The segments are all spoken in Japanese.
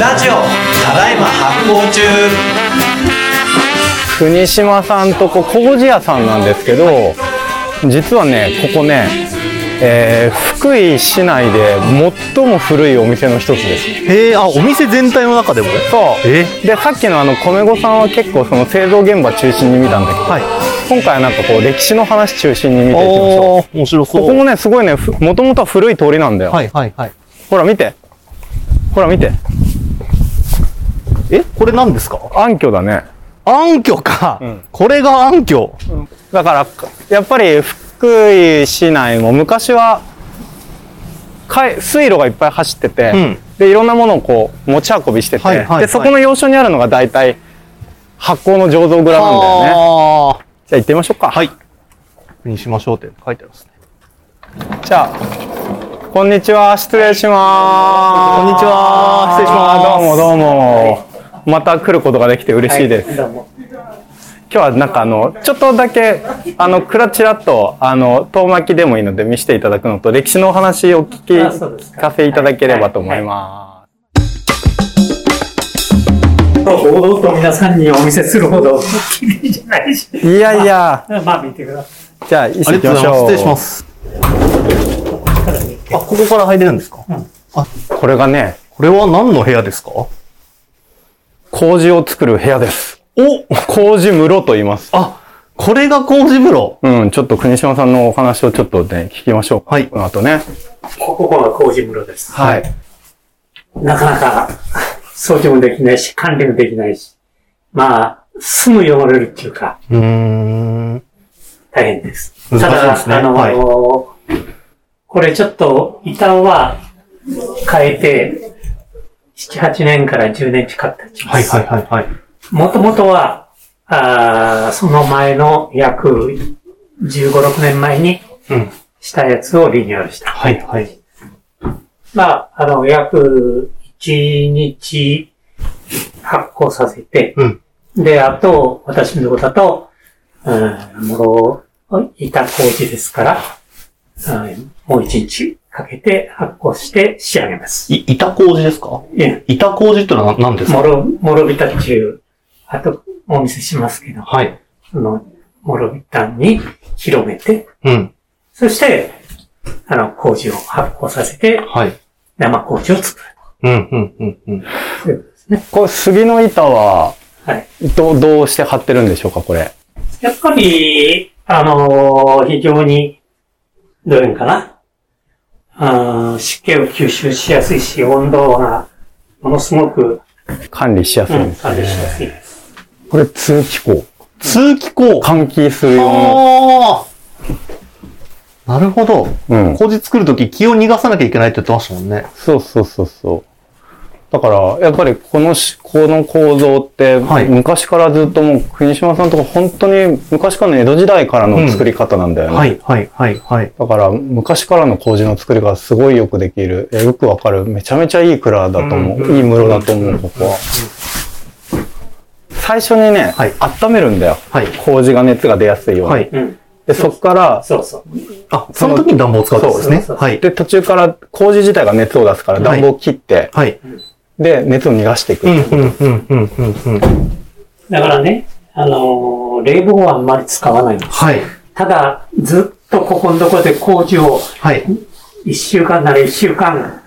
ラジオただいま発行中国島さんとこ工事屋さんなんですけど実はねここね、えー福井市内で最も古いお店の一つですへえあお店全体の中でもそうえでさっきのあの米子さんは結構その製造現場中心に見たんだけど、はい今回はなんかこう歴史の話中心に見ていきましょおうー面白そうここもねすごいねふもともとは古い通りなんだよ、はいはいはいほら見てほら見てえこれ何ですか暗渠だね暗渠か、これが暗渠、だからやっぱり福井市内も昔はかい水路がいっぱい走ってて、うんでいろんなものをこう持ち運びしてて、はいはいはいでそこの要所にあるのが大体発酵の醸造蔵なんだよねああじゃあ行ってみましょうかはい国島商店って書いてありますねじゃあこんにちは失礼しますこんにちは失礼しますどうもどうも、また来ることができて嬉しいです、今日はなんかあのちょっとだけあのクラチラッとあの遠巻きでもいいので見せていただくのと歴史のお話をお聞きあそうです聞かせいただければと思いま堂々と皆さんにお見せするほ ど綺麗じゃないしす、いやいやまあ見てくださじゃあ一緒ありに行がきとうまござしいますょう失礼しますあここから入れるんですか、あこれがねこれは何の部屋ですかお麹を作る部屋です麹室と言いますあこれが麹風呂うん、ちょっと国島さんのお話をちょっとね、聞きましょうか。はいこの後ね。いここが麹室ですはい。なかなか掃除もできないし管理もできないしまあすぐ汚れるっていうかうーん大変です。難しいただ、ですねあの、はいこれちょっと板は変えて、7、8年から10年近く経ちまはいす。はいはいはいもともとは、あーその前の約15、6年前にうんしたやつをリニューアルした。はいはいまあ、あの、約1日発行させて、うんで、あと、私のとこだと、うん、もう、板麹ですから、うん、もう一日かけて発酵して仕上げます。い板麹ですかえ板麹ってのは何ですもかろ、もろびた中、あと、お見せしますけど、はいその、もろびたに広めて、うんそして、あの、麹を発酵させて、はい生麹を作るうんうんうんうんということですね。これ、杉の板は、はい。ど、どうして貼ってるんでしょうか、これ。やっぱり、あのー非常に、どういうのかなあー湿気を吸収しやすいし、温度がものすごく、管理しやすいんうん、です。感じしやすいです。これ、通気口。通気口換気する用の。ああなるほど。うん麹作るとき気を逃がさなきゃいけないって言ってましたもんね。そうそうそうそう。だから、やっぱりこのし、この構造って、はい昔からずっともう、国島さんとか本当に昔からの江戸時代からうのん作り方なんだよね。はい、はい、はい、はい。だから、昔からの麹の作りがすごいよくできる。えよくわかる。めちゃめちゃいい蔵だと思う。うんいい室だと思う、ここは。最初にね、はい温めるんだよ。はい麹が熱が出やすいように。はい。うん。で、そこから、そうそう。あ、その時に暖房を使ったんですね。そうそうそうはい。で、途中から麹自体が熱を出すからは暖い房を切って、はい。で、熱を逃がしていく。うん、うん、うん、うん、うん、うん。だからね、あのー冷房はあんまり使わないんです。はい。ただ、ずっとここのところで麹をはい。 1週間なら1週間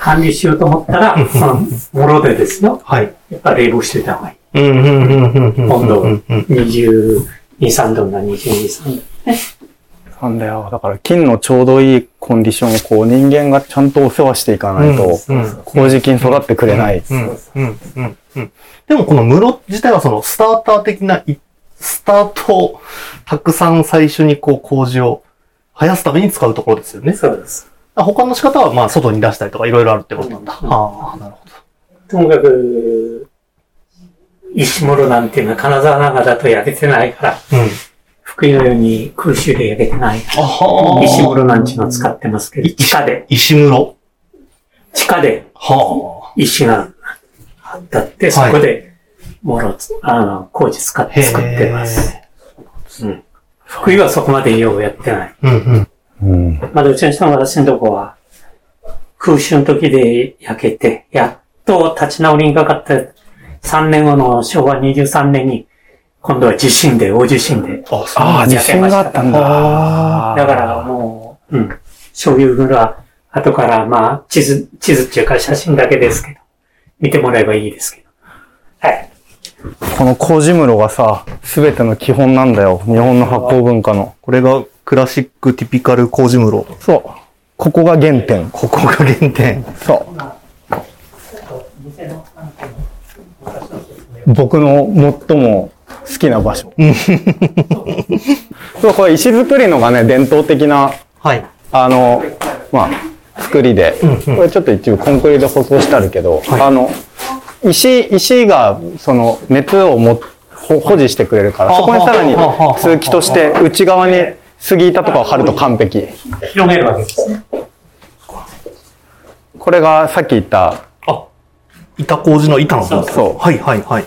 管理しようと思った ら、その、もろでですよ。はい。やっぱ冷房しておいた方がいうい。ん、うん、うん、うん、うん。温度をうん、うん。 22、3度な22、3度。なんだよ。だから、菌のちょうどいいコンディションをこう、人間がちゃんとお世話していかないと、うん麹菌育ってくれない。うん、うん、うん、うん。でもこの室自体はそのスターター的な、いスタートをたくさん最初にこう麹を生やすために使うところですよね。そうです。あ他の仕方は、まあ、外に出したりとか、いろいろあるってことなんだ。うんああ、なるほど。ともかく、石室なんていうのは金沢なんかだと焼けてないから、うん。福井のように空襲で焼けてないかあはーら、石室なんちゅうのを使ってますけど、い地下で、石室。地下では石があったって、そこで、もろつ、あの、工事使っあ。へてー作ってます。。うん福井はそこまでようやってない。うんうん。うん。まだうちの人も私のとこは、空襲の時で焼けて、やっと立ち直りにかかって、3年後の昭和23年に、今度は地震で、大地震で。あ、そうああ、地震があったんだ。あだからもう、うん。そういうのは、後から、まあ、地図、地図っていうか写真だけですけど、見てもらえばいいですけど。はい。この麹室がさ、すべての基本なんだよ。日本の発酵文化の。これがクラシックティピカル麹室。そう。ここが原点。ここが原点。そう。僕の最も好きな場所。 そう、これ石造りのがね、伝統的な、はい。あの、まあ、作りで、これちょっと一部コンクリで舗装してあるけど、あの、石、石が、その、熱をも、ほ保持してくれるから、あそこにさらにはあはあ通気として内側に杉板とかを貼ると完璧。広げるわけですね。これがさっき言った、あ、板麹の板の部分。そうはいはいはい。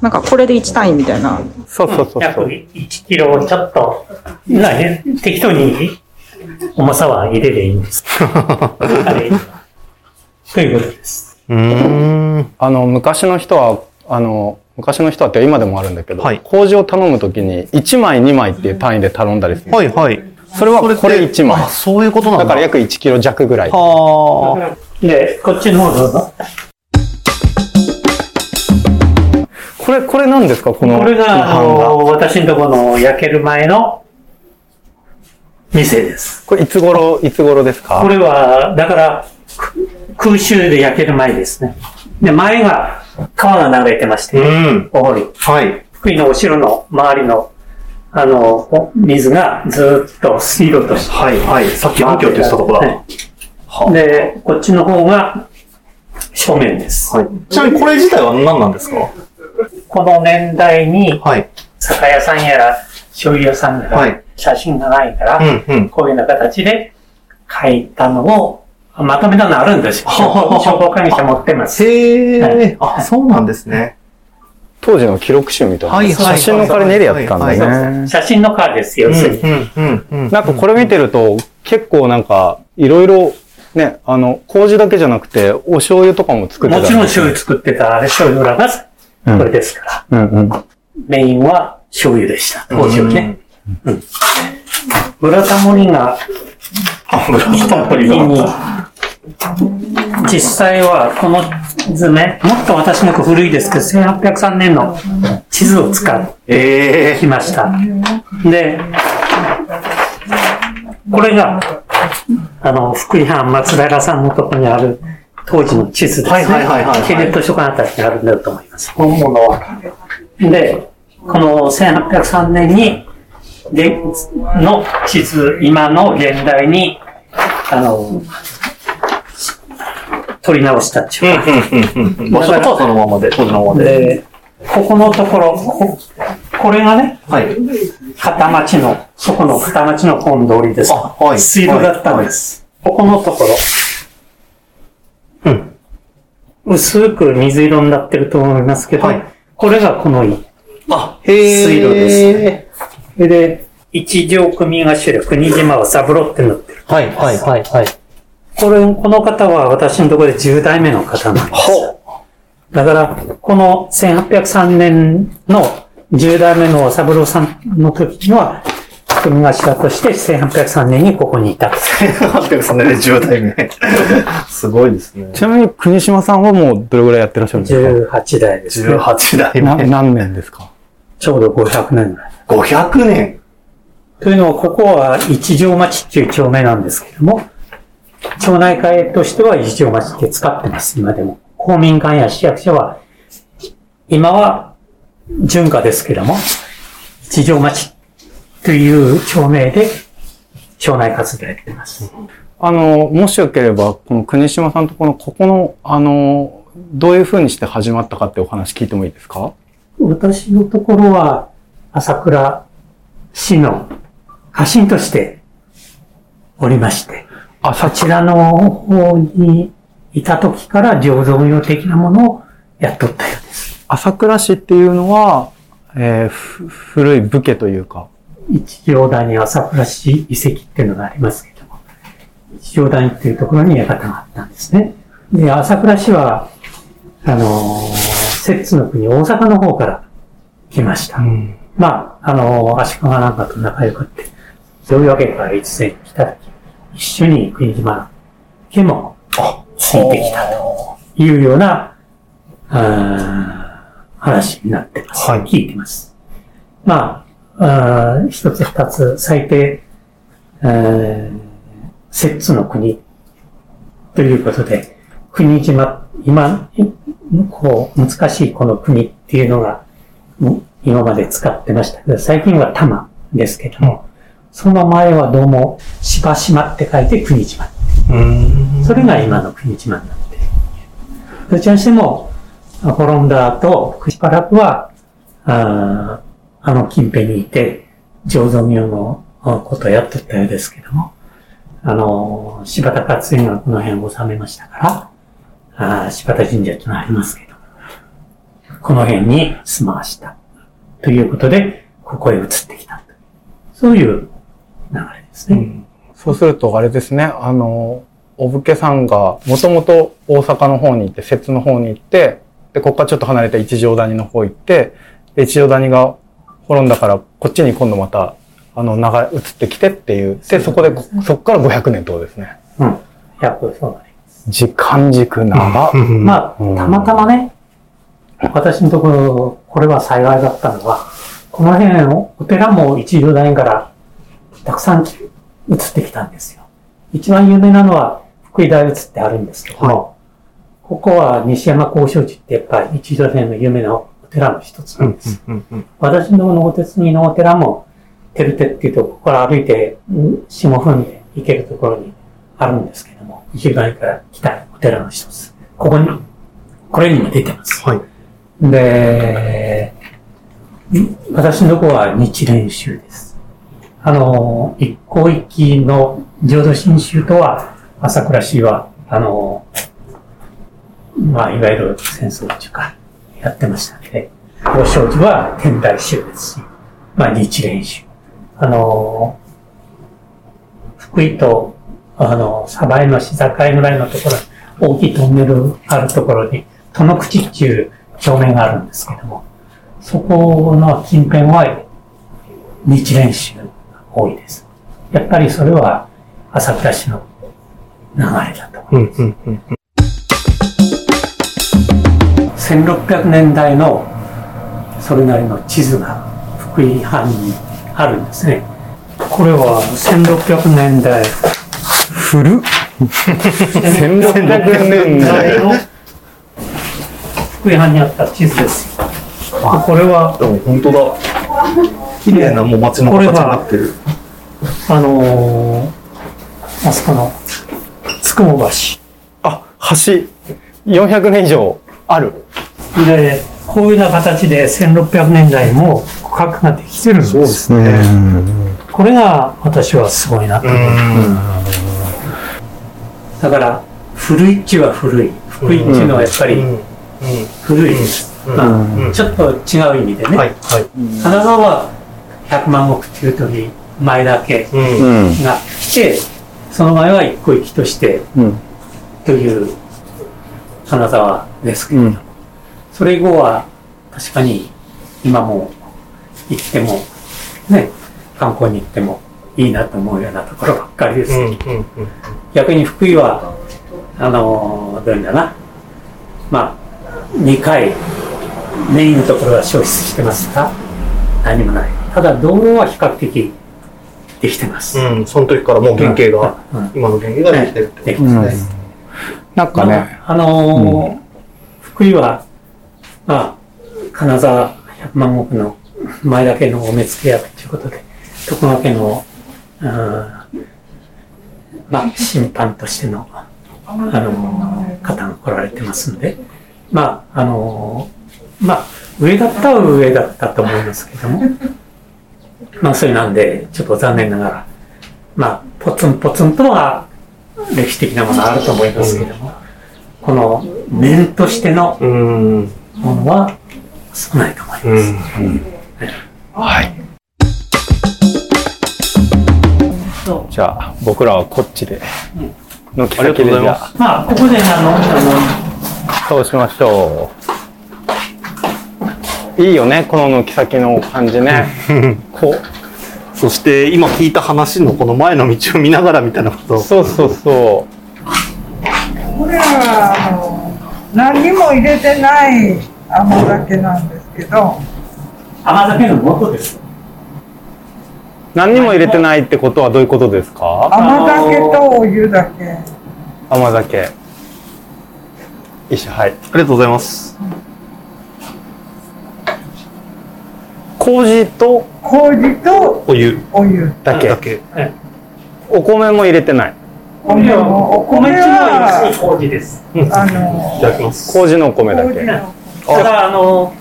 なんかこれで1単位みたいな。そうそうそう約そう。 1キロちょっと、なね、適当に重さは入れればいいんですけど。はいということです。うーん。あの、昔の人は、あの、昔の人はって今でもあるんだけど、はい麹を頼むときに1枚2枚っていう単位で頼んだりする。 はいはい。それはってこれ1枚あ、。そういうことなんだ。だから約1キロ弱ぐらい。はで、こっちの方どうぞ。これ、これ何ですかこの。これが、あこの版の、私のとこの焼ける前の店です。これいつ頃、いつ頃ですかこれは、だから、く空襲で焼ける前ですね。で、前が川が流れてましあ。うて、ん。お堀。はい。福井のお城の周りの、あの、お水がずっと水路として。はいはい。さっき回暗渠っってて言ってたとこだ。はいで、こっちの方が正面です。はい。ちなみにこれ自体は何なんですかこの年代にはい。酒屋さんやら醤油屋さんやはらい写真がないから、うんうん。こういうような形で書いたのをまとめたのあるんです よ。ははは消防会社持ってます。へはえ。あ、そうなんですね。当時の記録集みたいな。はいはい写真の代わりに絵でやったんだはいね。はい写真のカーですよ、う要んするに。うんうんうん。なんかこれ見てると、結構なんか、いろいろ、ね、あの、麹だけじゃなくて、お醤油とかも作ってた、もちろん醤油作ってたあれ醤油らがこれですから、油。うんうん。メインは醤油でした。当時はうんね。村田森があ、村田時森が。に、実際はこの図ね、もっと私の子古いですけど、1803年の地図を使ってえきました。で、これが、あの、福井藩松平さんのところにある当時の地図ですね。はいはいはいはいはいケネット書館あたりにあるんだと思います。本物は。で、この1803年に、で、の地図、今の現代に、あの、取り直したっていうかえ。うんうんうんうん。場所とはそのままで、当時のままで。で、ここのところ、ここれがね、はい。片町の、そこの片町の本通りです。あはい水路だったんです。ここのところ。うん薄く水色になってると思いますけど、はいこれがこの一あ、へえ。水路でそれで、一条組が主力、二島はサブロってなってる。はいはいはいはい。これ、この方は私のところで10代目の方なんです。 ほだから、この1803年の10代目の三郎さんの時には、組頭として1803年にここにいた。 803年で10代目。すごいです ね。ちなみに国島さんはもうどれぐらいやってらっしゃるんですか18代ですね。 18代な目。何年ですかちょうど500年ぐらい。 500年。というのは、ここは一条町っていう町名なんですけども、町内会としては一条町って使ってます、今でも。公民館や市役所は、今は順化ですけども、一条町という町名で町内活動やってます。あの、もしよければ、この国島さんとこの、ここの、あの、どういう風にして始まったかってお話聞いてもいいですか私のところは、朝倉市の家臣としておりまして、あ、さこちらの方にいた時から醸造業的なものをやっとったようです。朝倉市っていうのは、えーふ古い武家というか、一条谷朝倉市遺跡っていうのがありますけども、一条谷っていうところに館があったんですね。で、朝倉市は、あのー、摂津の国、大阪の方から来ました。うん。まあ、あのー、足利なんかと仲良くって、そういうわけから越前に来た時、一緒に国島の家もついてきたというような、あー話になってます。はい聞いてます。まあ、あー一つ二つ、最低、えー摂津の国ということで、国島、今、いこう、難しいこの国っていうのが、ん今まで使ってましたけど、最近は多摩ですけども、その前はどうも、島島って書いて国島。うん。それが今の国島になっている。どちらにしても、滅んだ後、しばらくは、あーあの近辺にいて、醸造業のあことをやっとったようですけども、あの、柴田勝家がこの辺を治めましたから、あー柴田神社というのがありますけど、この辺に住まわした。ということで、ここへ移ってきた。そういう流れですね。そうすると、あれですね、あの、お武家さんが、もともと大阪の方に行って、摂津の方に行って、で、ここからちょっと離れた一条谷の方行って、で一条谷が滅んだから、こっちに今度また、あの、流れ、移ってきてっていう。で、そこで、そこから500年ってことですね。うん。やっぱりそうだね。時間軸長。まあ、まあ、うんたまたまね、私のところ、これは幸いだったのは、この辺を、お寺も一条大からたくさんき移ってきたんですよ。一番有名なのは福井大移ってあるんですけども、ここは西山交渉地ってやっぱり一条大の有名なお寺の一つうなんんです。うんうん私の納鉄にのお寺も、てるてっていうとここから歩いて、4、5分で行けるところにあるんですけども、一番から来たお寺の一つ。ここに、これにも出てます。はい。で、ん私のとこは日蓮宗です。あの、一向一揆の浄土真宗とは、朝倉氏は、あの、まあ、いわゆる戦争中か、やってましたので、大正寺は天台宗ですし、まあ、日蓮宗。あの、福井と、あの、鯖江の市境ぐらいのところ、大きいトンネルあるところに、殿口っていう町名があるんですけども、そこの近辺は日蓮宗が多いです。やっぱりそれは朝倉市の流れだと思います。うんうんうん1600年代のそれなりの地図が福井藩にあるんですね。これは1600年代 古っ1600年代。の福井藩にあった地図ですよ。これは、でも本当だ。綺麗なもう街の形になってる。あのーあそこの、つくも橋。あ、橋。400年以上ある。で、こういうような形で1600年代も区画ができてるんです。すね。これが私はすごいなとう思う。ん。だから、古いっちは古い。福井っちのはやっぱり古いです。まあちょっと違う意味でね。はい、はい。神奈川は100万石っていう時、前田家うん。ん。が来て、その前は一個一揆としてうん。という金沢ですけど、うん。それ以後は確かに今も行っても、ね、観光に行ってもいいなと思うようなところばっかりです。うんうんうん逆に福井は、あのーどういうんだな。まあ、2回、メインのところは消失してますが、何もない。ただ、道路は比較的できてます。うん、その時からもう原型が、うん今の原型ができてるってことですね。なんかね、まあ、あのー福井は、まあ、金沢百万石の前田家のお目付け役ということで、徳川家の、うん、まあ、審判としての、あのー方が来られてますんで、まあ、あのーまあ、上だったは上だったと思いますけども、まあ、それなんで、ちょっと残念ながら、まあ、ポツンポツンとは歴史的なものはあると思いますけども、この面としてのうん。うん。ものは少ないと思います。じゃあ僕らはこっちで、軒ありがと先うでございじまゃすあまあ、ここであの、あの、そうしましょう。いいよね、この軒先の感じ ね。こう、そして、今聞いた話のこの前の道を見ながらみたいなことを。そうそうそこれはあの何にも入れてない甘酒なんですけど甘酒の元です。う。何にも入れてないってことはどういうことですか甘酒とお湯だけ甘酒。よいしょ、はい。ありがとうございます。麹と麹とお湯お湯だけだ。け。お米も入れてない。お米もお米は一番美味しい麹です。あいただのきます。麹のお米だ麹け。のただ、あの、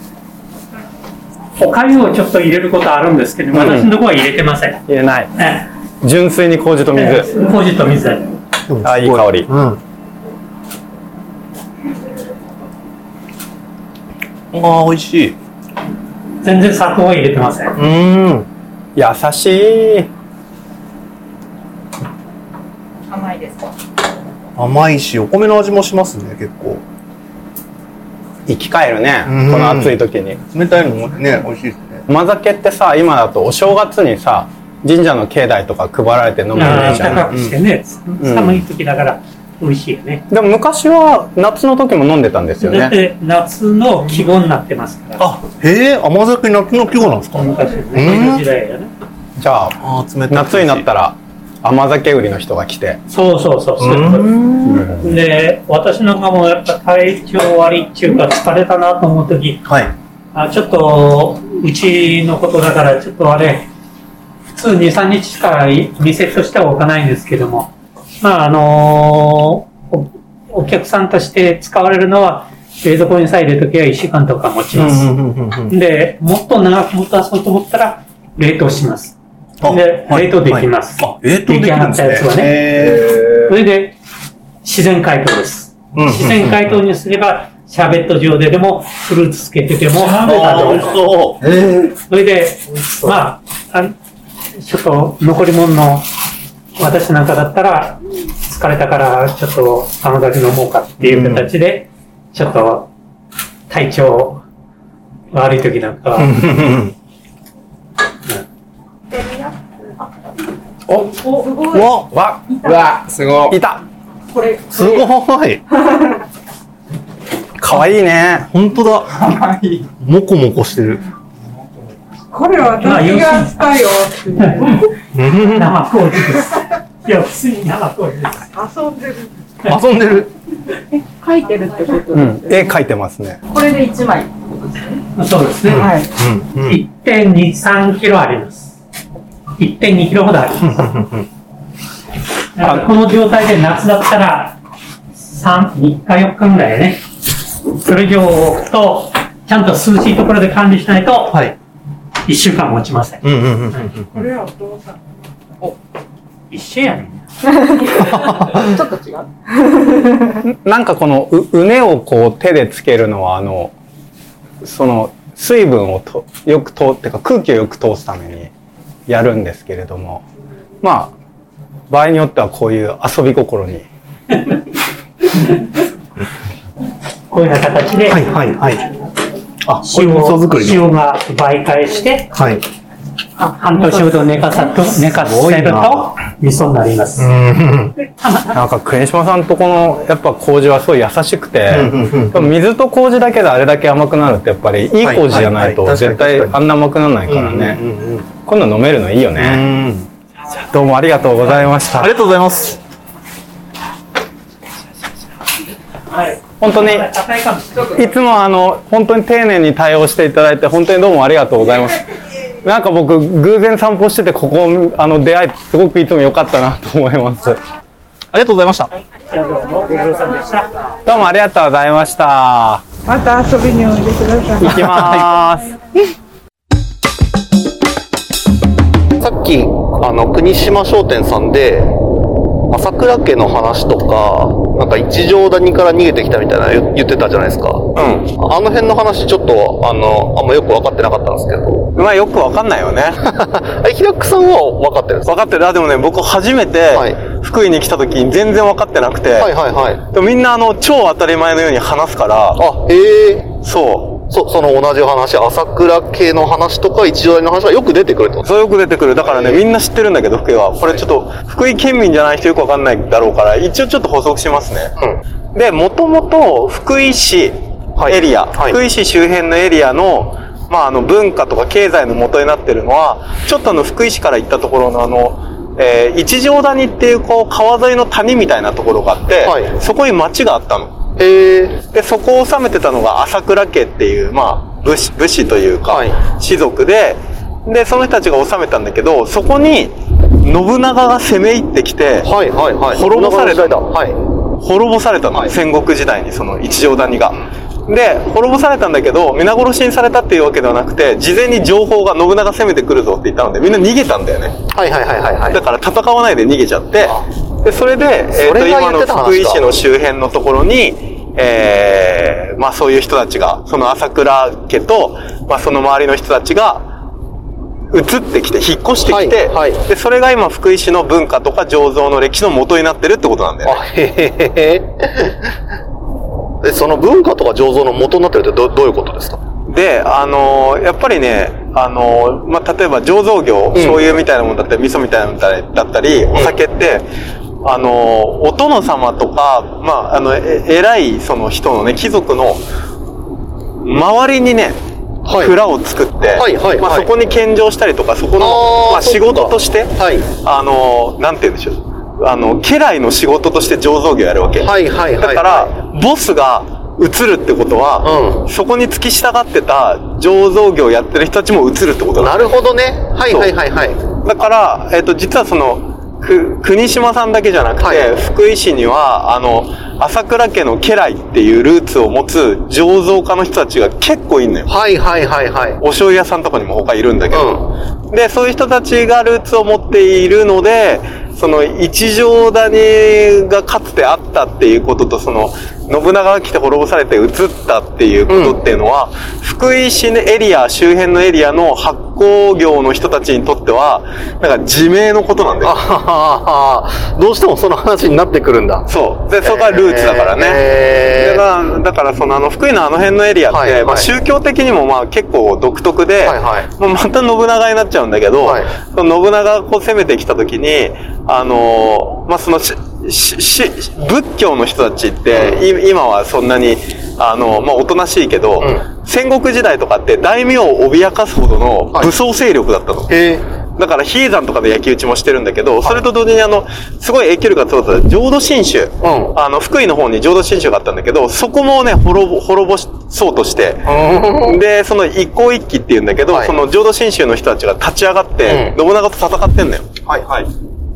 おかゆをちょっと入れることあるんですけど、ん私のとこは入れてません。え入れない。え純粋に麹と水。麹と水。あ、いい香り。うん。ああ、美味しい。う全然砂糖は入れてません。ーん。優しい。甘いですか甘いし、お米の味もしますね、結構。生き返るね。うんこの暑い時に。冷たいのもね、美味しいですね。甘酒ってさ、今だとお正月にさ、神社の境内とか配られて飲むあのあじゃん。高くしてね、うん寒い時だから美味しいよね。でも昔は夏の時も飲んでたんですよだっね。て夏の季語になってますから。あ、へえ、甘酒夏の季語なんですか昔のうんね、江戸時代やね。じゃあ、ああ、冷たい。夏になったら甘酒売りの人が来て。そうそうそううそういうことです。ーん。で、私なんかもやっぱ体調悪いっていうか疲れたなと思う時、はい。あ、ちょっと、うちのことだからちょっとあれ、普通2、3日しか店としては置かないんですけども、まああのお、お客さんとして使われるのは、冷蔵庫にさえ入れときは1週間とか持ちます。で、もっと長く持たそうと思ったら、冷凍します。で、冷凍できます。あ、冷凍できるんですね。出来上がったやつはねへそれで、自然解凍です。ーうん自然解凍にすれば、シャーベット状ででも、フルーツつけてでも、ああ、美味しそう。それで、まあ、あちょっと残り物の私なんかだったら、疲れたからちょっと甘酒飲もうかっていう形で、ちょっと体調悪い時なんかは、おすごいわ、わうわ、すごい。いたこれ、すごい。かわいいね。本当だ。可愛い。もこもこしてる。これ私がしたよっていううん生麹です。いや、普通に生麹です。遊んでる遊んでる。書いてるってことうん。絵描いてますね。これで1枚。そうですね。はいうんうん1.2、3キロあります。1.2キロほどあり ます。だからこの状態で夏だったら、3、3日4日ぐらいね。それ以上置くと、ちゃんと涼しいところで管理しないと、はい。 1週間持ちません。うん うんうんうんこれはお父さん一緒やねん。ちょっと違う。なんかこのう、うねをこう手でつけるのは、あの、その、水分をとよく通ってか空気をよく通すためにやるんですけれども、まあ、場合によってはこういう遊び心に。こういうような形で、はいはいはい。あ、これ塩味噌作りの。塩が媒介して、はい。半年ほど寝かさと、寝かすごせいるとな、味噌になります。なんか、クレンシマさんとこの、やっぱ麹はすごい優しくて、うんうんうんでも水と麹だけであれだけ甘くなるってやっぱりいい麹じゃないとはいはいはい絶対あんな甘くならないからね、うんうんうん今度飲めるのいいようね、んどうもありがとうございました、ありがとうございます。はい。本当に硬いかもしれない。いつもあの本当に丁寧に対応していただいて本当にどうもありがとうございますなんか僕偶然散歩しててここあの出会えてすごくいつも良かったなと思いますありがとうございました。じゃあどうもご苦労さんでした。どうもありがとうございましたまた遊びにおいでください行きまーすさっき、あの、国島商店さんで、朝倉家の話とか、なんか一条谷から逃げてきたみたいな言言ってたじゃないですか。うん。あの辺の話、ちょっと、あの、あんまよく分かってなかったんですけど。まあよ くわかんないよねえ、平久さんは分かってるんですか分かってるあでもね僕初めてはい福井に来た時に全然分かってなくて、はいはいはい。でもみんなあの超当たり前のように話すから、あ、ええそそ、その同じ話、朝倉系の話とか、一条の話はよく出てくるってこう、とそうよく出てくる。だからね、はいみんな知ってるんだけど、福井は。これちょっと、福井県民じゃない人よく分かんないだろうから、一応ちょっと補足しますね。で、もともと福井市エリア、はい福井市周辺のエリアの、まあ、あの文化とか経済の元になってるのは、ちょっとあの福井市から行ったところのあの、えー一条谷っていうこう川沿いの谷みたいなところがあって、はいそこに町があったの。うん。ええで、そこを治めてたのが朝倉家っていう、まあ、武士、武士というか、はい士族で、で、その人たちが治めたんだけど、そこに信長が攻め入ってきて、はいはいはい。滅ぼされたそんな話題だは滅ぼされたの、はい戦国時代にその一条谷が。で、滅ぼされたんだけど、皆殺しにされたっていうわけではなくて、事前に情報が信長攻めてくるぞって言ったので、みんな逃げたんだよね。い。はいはいはいはいはい。だから戦わないで逃げちゃってあ、でそれで、えーとそれ今が言っのてた話か福井市の周辺のところに、えーまあそういう人たちが、その朝倉家と、まあその周りの人たちが、移ってきて、引っ越してきて、はいはいで、それが今福井市の文化とか醸造の歴史の元になってるってことなんだよね。あ、へへへへ。で、その文化とか醸造の元になってるってどどういうことですか で、あのーやっぱりね、あのーまあ、例えば醸造業、醤油みたいなもんだったり、味噌みたいなもんだったり、お酒って、あのーお殿様とか、まあ、あの、え偉いその人のね、貴族の周りにね、はい蔵を作って、はいはいまあ、はそいこに献上したりとか、そこの、あーまあ、そっ仕か事として、はいあのーなんて言うんでしょう。あの、家来の仕事として醸造業やるわけ。はいはいはいだから、ボスが、移るってことは、うんそこに付き従ってた醸造業やってる人たちも移るってことなだ。るほどね。はいはいはいはい。だから、えっ、と、実はその、く、国島さんだけじゃなくて、はい福井市には、あの、朝倉家の家来っていうルーツを持つ醸造家の人たちが結構いるのよ。はいはいはいはい。お醤油屋さんとかにも他いるんだけど、でそういう人たちがルーツを持っているのでその一条谷がかつてあったっていうこととその信長が来て滅ぼされて移ったっていうことっていうのは、福井市のエリア周辺のエリアの発酵業の人たちにとってはなんか自明のことなんだあよはははどうしてもその話になってくるんだ。そうでそこがルーツだからね、へーだからだからそのあの福井のあの辺のエリアって、はいはいまあ、宗教的にもまあ結構独特で、はいはいもうまた信長になっちゃうんだけど、はいその信長がこう攻めてきた時にあのーまあそのししし仏教の人たちって、い今はそんなにあのまあおとなしいけど、うん戦国時代とかって大名を脅かすほどのはい武装勢力だったの。へえ。だから、比叡山とかで焼き討ちもしてるんだけど、それと同時にあの、すごい影響力が強かった、浄土真宗。んあの、福井の方に浄土真宗があったんだけど、そこもね、滅ぼ、滅ぼしそうとして、で、その一向一揆っていうんだけど、はいその浄土真宗の人たちが立ち上がって、う信長と戦ってんのよ。はいはい。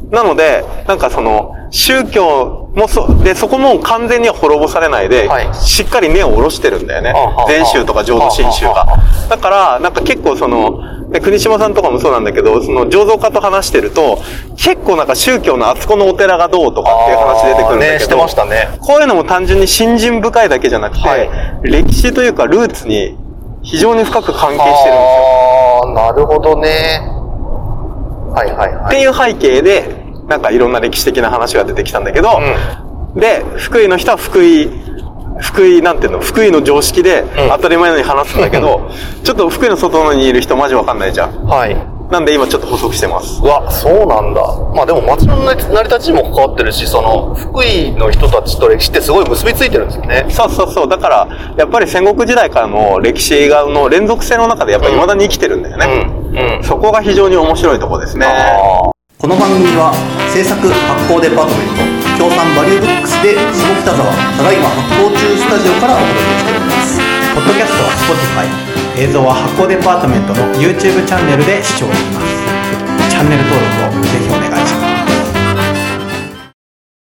なので、なんかその、宗教もそ、で、そこも完全には滅ぼされないで、はいしっかり根を下ろしてるんだよねあはあ。禅宗とか浄土真宗あがは。だから、なんか結構その、で国島さんとかもそうなんだけど、その醸造家と話してると、結構なんか宗教のあそこのお寺がどうとかっていう話出てくるんだけど、ね、してましたね。こういうのも単純に信心深いだけじゃなくて、はい歴史というかルーツに非常に深く関係してるんですよ。ああ、なるほどね。はいはいっはてい。いう背景で、なんかいろんな歴史的な話が出てきたんだけど、で、福井の人は福井、福井、なんていうの、福井の常識で当たり前のように話すんだけど、 ちょっと福井の外にいる人マジわかんないじゃん。はい。なんで今ちょっと補足してます。うわ、そうなんだ。まあでも町の成り立ちにも関わってるし、その、福井の人たちと歴史ってすごい結びついてるんですよね。そうそうそう。だから、やっぱり戦国時代からの歴史がの連続性の中でやっぱり未だに生きてるんだようね。ん。うん。そこが非常に面白いとこですね。この番組は制作発行デパートメント協賛バリューブックスで下北沢ただいま発行中スタジオからお届けしておりますポッドキャストは Spotify 映像は発行デパートメントの YouTube チャンネルで視聴できますチャンネル登録を